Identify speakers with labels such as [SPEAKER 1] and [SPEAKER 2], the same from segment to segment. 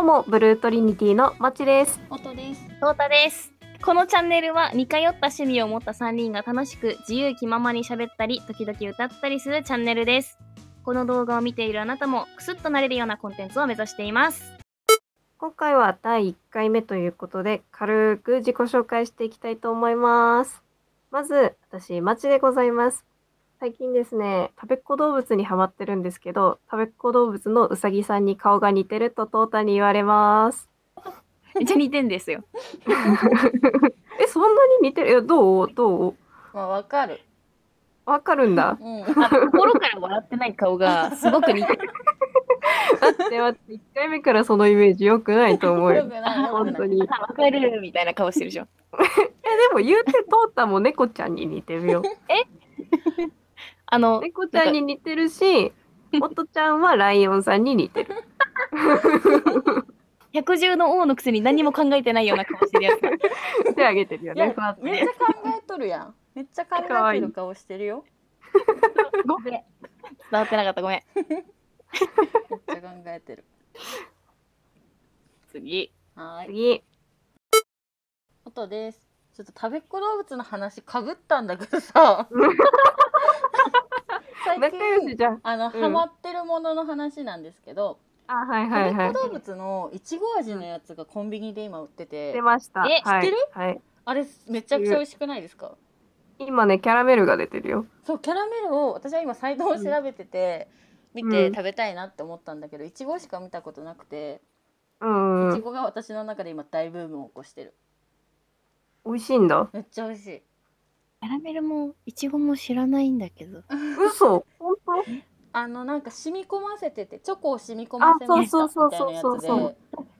[SPEAKER 1] うも、ブルートリニティのまちです。
[SPEAKER 2] 音です。
[SPEAKER 3] トータです。このチャンネルは似通った趣味を持った3人が楽しく自由気ままに喋ったり、時々歌ったりするチャンネルです。この動画を見ているあなたもクスッとなれるようなコンテンツを目指しています。
[SPEAKER 1] 今回は第1回目ということで、軽く自己紹介していきたいと思います。まず、私、まちでございます。最近ですね、食べっ子動物にハマってるんですけど、食べっ子動物のうさぎさんに顔が似てるとトータに言われます。
[SPEAKER 3] めっちゃ似てんですよ。
[SPEAKER 1] え、そんなに似てるいや、どうどう
[SPEAKER 4] まあ、わかる。
[SPEAKER 1] わかるんだ。
[SPEAKER 4] うん。
[SPEAKER 3] あの心から笑ってない 顔がすごく似てる。
[SPEAKER 1] 待って待って、1回目からそのイメージ良くないと思う
[SPEAKER 4] よく
[SPEAKER 1] よ。
[SPEAKER 4] ない、よく
[SPEAKER 1] 本
[SPEAKER 4] な
[SPEAKER 1] 当
[SPEAKER 4] い。
[SPEAKER 1] に。え、で
[SPEAKER 3] あわかるみたいな顔してるでしょ。
[SPEAKER 1] も言うてトータも猫ちゃんに似てる よ。
[SPEAKER 3] あの、
[SPEAKER 1] 猫ちゃんに似てるし、おとちゃんはライオンさんに似てる。
[SPEAKER 3] 百獣の王のくせに何も考えてないような顔してるやつ。
[SPEAKER 1] 手あげてるよ
[SPEAKER 4] いや
[SPEAKER 1] ね。こうやって
[SPEAKER 4] めっちゃ
[SPEAKER 1] ね
[SPEAKER 4] 考えとるやん。めっちゃ考
[SPEAKER 1] 可
[SPEAKER 4] え
[SPEAKER 1] 愛
[SPEAKER 4] て
[SPEAKER 1] い
[SPEAKER 4] る顔してるよ。
[SPEAKER 3] ごめん。伝わってなかった。ごめん。
[SPEAKER 4] めっちゃ考えてる。
[SPEAKER 3] 次。
[SPEAKER 4] はーい。
[SPEAKER 1] 次、
[SPEAKER 4] 音です。ちょっと食べっ子動物の話かぶったんだけどさ。最
[SPEAKER 1] 仲良し
[SPEAKER 4] 近
[SPEAKER 1] じゃん。
[SPEAKER 4] あの、
[SPEAKER 1] うん
[SPEAKER 4] ハマってるものの話なんですけど、
[SPEAKER 1] あ、はい
[SPEAKER 4] 食
[SPEAKER 1] は
[SPEAKER 4] べ
[SPEAKER 1] いは
[SPEAKER 4] っ
[SPEAKER 1] い
[SPEAKER 4] 子。動物のいちご味のやつがコンビニで今売ってて
[SPEAKER 1] 出、ました。
[SPEAKER 3] え
[SPEAKER 1] はい
[SPEAKER 4] 知ってる
[SPEAKER 1] はい。
[SPEAKER 4] あれめちゃくちゃ美味しくないですか
[SPEAKER 1] 今ね、キャラメルが出てるよ。
[SPEAKER 4] そうキャラメルを私は今サイトを調べてて、見
[SPEAKER 1] う
[SPEAKER 4] て
[SPEAKER 1] ん
[SPEAKER 4] 食べたいなって思ったんだけどいちごしか見たことなくて
[SPEAKER 1] うんう
[SPEAKER 4] いち
[SPEAKER 1] ん。
[SPEAKER 4] ごが私の中で今大ブームを起こしてる
[SPEAKER 1] 美味しいんだ。
[SPEAKER 4] めっちゃ美味しい
[SPEAKER 3] キャラメルもいちごも知らないんだけど。
[SPEAKER 1] 嘘本当
[SPEAKER 4] あのなんか染み込ませててチョコを染み込ませました
[SPEAKER 1] あそうそう
[SPEAKER 4] みたいなや
[SPEAKER 1] そう
[SPEAKER 4] つ
[SPEAKER 1] そう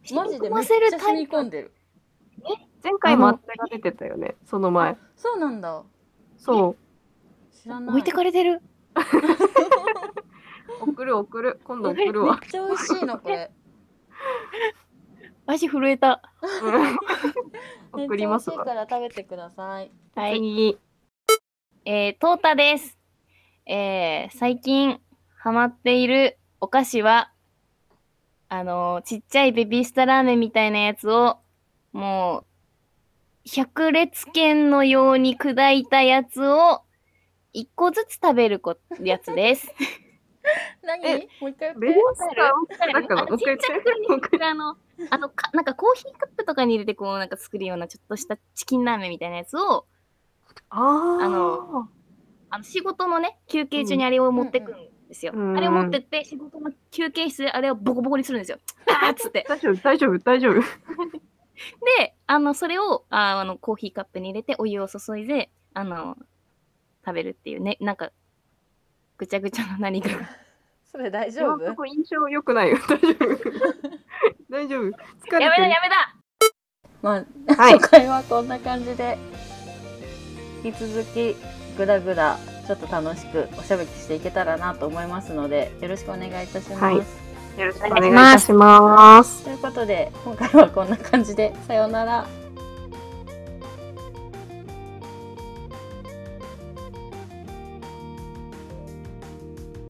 [SPEAKER 1] そ
[SPEAKER 4] でマジでめっちゃ染み込んでる
[SPEAKER 1] 前回もあったが出てたよね。その前。
[SPEAKER 4] そうなんだ
[SPEAKER 1] そう。
[SPEAKER 4] 知らない
[SPEAKER 3] 置いてかれてる。
[SPEAKER 1] 送る送る。今度送る
[SPEAKER 4] めっ
[SPEAKER 1] わ。
[SPEAKER 4] ちゃ美味しいのこれ
[SPEAKER 3] 足震えた。
[SPEAKER 1] うん 送ります
[SPEAKER 4] めっちゃ
[SPEAKER 1] わ
[SPEAKER 4] 美。味しいから食べてください
[SPEAKER 3] は。
[SPEAKER 1] 次、
[SPEAKER 3] えー、トータです。えー、最近ハマっているお菓子は、あのーちっちゃいベビースターラーメンみたいなやつを、もう、百裂剣のように砕いたやつを、一個ずつ食べるこやつです。
[SPEAKER 4] 何
[SPEAKER 1] え
[SPEAKER 4] もう一回
[SPEAKER 1] ベビースターを
[SPEAKER 3] あの
[SPEAKER 1] だ
[SPEAKER 3] ちっ
[SPEAKER 1] から送
[SPEAKER 3] ちゃ
[SPEAKER 1] って
[SPEAKER 3] くに作るあの、あのか、なんかコーヒーカップとかに入れてこうなんか作るようなちょっとしたチキンラーメンみたいなやつを、
[SPEAKER 1] あー
[SPEAKER 3] あのあの仕事のね休憩中にあれを持ってくんですよ、
[SPEAKER 1] うんうん
[SPEAKER 3] あれを持ってって仕事の休憩室であれをボコボコにするんですよあーっつって
[SPEAKER 1] 大丈夫大丈夫大丈夫。
[SPEAKER 3] であのそれをあーあのコーヒーカップに入れてお湯を注いであの食べるっていうねなんかぐちゃぐちゃの何かが
[SPEAKER 4] それ大丈
[SPEAKER 1] 今
[SPEAKER 4] 夫
[SPEAKER 1] んとこ印象良くないよ。 大丈夫。大丈夫。疲れ
[SPEAKER 3] やめ
[SPEAKER 1] て
[SPEAKER 3] だ
[SPEAKER 1] る。
[SPEAKER 3] やめだ
[SPEAKER 4] まあ
[SPEAKER 1] はい
[SPEAKER 4] 初回はこんな感じで引き続きぐだぐだちょっと楽しくおしゃべりしていけたらなと思いますのでよろしくお願いいたします、
[SPEAKER 1] はいよろしくお願いいたします。
[SPEAKER 4] ということで今回はこんな感じでさようなら